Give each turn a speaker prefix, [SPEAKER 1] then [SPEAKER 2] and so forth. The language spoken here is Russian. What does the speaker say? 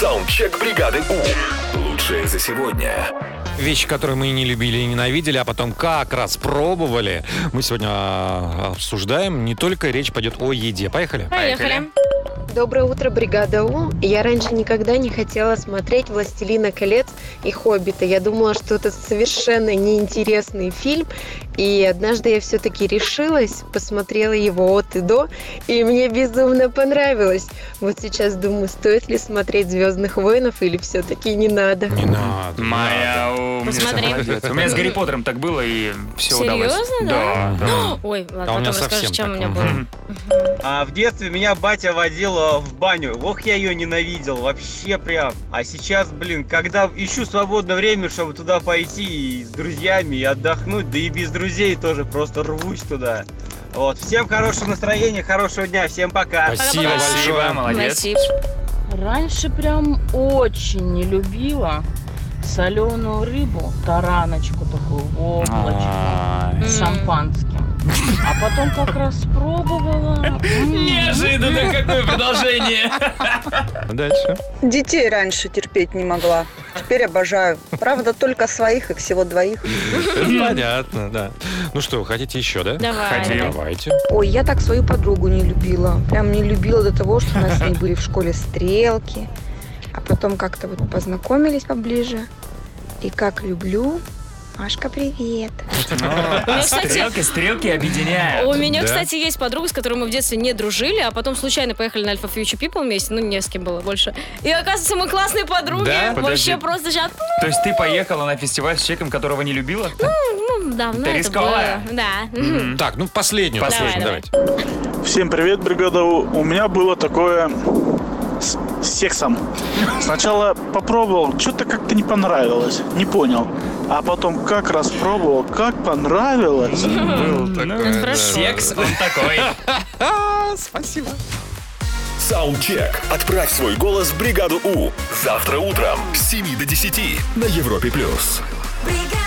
[SPEAKER 1] Саундчек бригады У. Лучшее за сегодня.
[SPEAKER 2] Вещи, которые мы и не любили и ненавидели, а потом как раз пробовали, мы сегодня а, обсуждаем. Не только речь пойдет о еде. Поехали.
[SPEAKER 3] Поехали.
[SPEAKER 4] Доброе утро, бригада У. Я раньше никогда не хотела смотреть «Властелина колец» и «Хоббита». Я думала, что это совершенно неинтересный фильм. И однажды я все-таки решилась, посмотрела его от и до, и мне безумно понравилось. Вот сейчас думаю, стоит ли смотреть «Звездных воинов» или все-таки не надо.
[SPEAKER 2] Не надо.
[SPEAKER 5] Моя умница,
[SPEAKER 3] Посмотри.
[SPEAKER 5] молодец. У меня с Гарри Поттером так было, и все удалось.
[SPEAKER 3] Серьезно,
[SPEAKER 5] Да,
[SPEAKER 3] да?
[SPEAKER 5] да.
[SPEAKER 3] Ой,
[SPEAKER 2] Да у
[SPEAKER 3] ладно,
[SPEAKER 2] меня
[SPEAKER 3] потом Ну, расскажешь,
[SPEAKER 2] совсем
[SPEAKER 3] чем
[SPEAKER 2] так.
[SPEAKER 3] у меня было.
[SPEAKER 2] Мгм.
[SPEAKER 6] А в детстве меня батя водил э, в баню. Ох, я ее ненавидел, вообще прям. А сейчас, блин, когда ищу свободное время, чтобы туда пойти и с друзьями и отдохнуть, да и без друзей тоже просто рвусь туда. Вот, всем хорошего настроения, хорошего дня, всем пока.
[SPEAKER 2] Спасибо
[SPEAKER 3] Пока-пока.
[SPEAKER 2] большое.
[SPEAKER 5] Спасибо, молодец.
[SPEAKER 3] Спасибо.
[SPEAKER 7] Раньше прям очень не любила соленую рыбу, тараночку такую, облачко
[SPEAKER 5] Ай.
[SPEAKER 7] с шампанским. А потом как раз пробовала. м,
[SPEAKER 5] Неожиданно какое продолжение.
[SPEAKER 2] Дальше.
[SPEAKER 8] Детей раньше терпеть не могла. Теперь обожаю. Правда, только своих, их всего двоих.
[SPEAKER 2] Понятно, да. Ну что, хотите еще, да?
[SPEAKER 3] Давай.
[SPEAKER 5] Хотим.
[SPEAKER 2] Давайте.
[SPEAKER 9] Ой, я так свою подругу не любила. Прям не любила до того, что у нас с ней были в школе стрелки. А потом как-то вот познакомились поближе. И как люблю. Машка, привет.
[SPEAKER 5] Ну,
[SPEAKER 3] кстати,
[SPEAKER 5] Стрелки, стрелки объединяют.
[SPEAKER 3] У меня,
[SPEAKER 2] Да.
[SPEAKER 3] кстати, есть подруга, с которой мы в детстве не дружили, а потом случайно поехали на Альфа Future People вместе, ну не с кем было больше. И оказывается, мы классные подруги.
[SPEAKER 2] Да?
[SPEAKER 5] Подожди.
[SPEAKER 3] Вообще просто сейчас,
[SPEAKER 5] То есть ты поехала на фестиваль с человеком, которого не любила?
[SPEAKER 3] ну, давно
[SPEAKER 5] Ты
[SPEAKER 3] это
[SPEAKER 5] рисковая.
[SPEAKER 3] было. Да.
[SPEAKER 5] Мгм.
[SPEAKER 2] Так, ну последнюю.
[SPEAKER 5] Последнюю.
[SPEAKER 2] Давайте.
[SPEAKER 10] Всем привет, бригада. У У меня было такое с с сексом. Сначала попробовал, что-то как-то не понравилось, не понял. А потом как раз пробовал, как понравилось.
[SPEAKER 2] Был
[SPEAKER 5] Ну,
[SPEAKER 2] такой,
[SPEAKER 5] Секс он такой.
[SPEAKER 2] да. Спасибо.
[SPEAKER 1] Саундчек. Отправь свой голос в бригаду У. Завтра утром с 7 до 10 на Европе+. плюс.
[SPEAKER 11] бригада.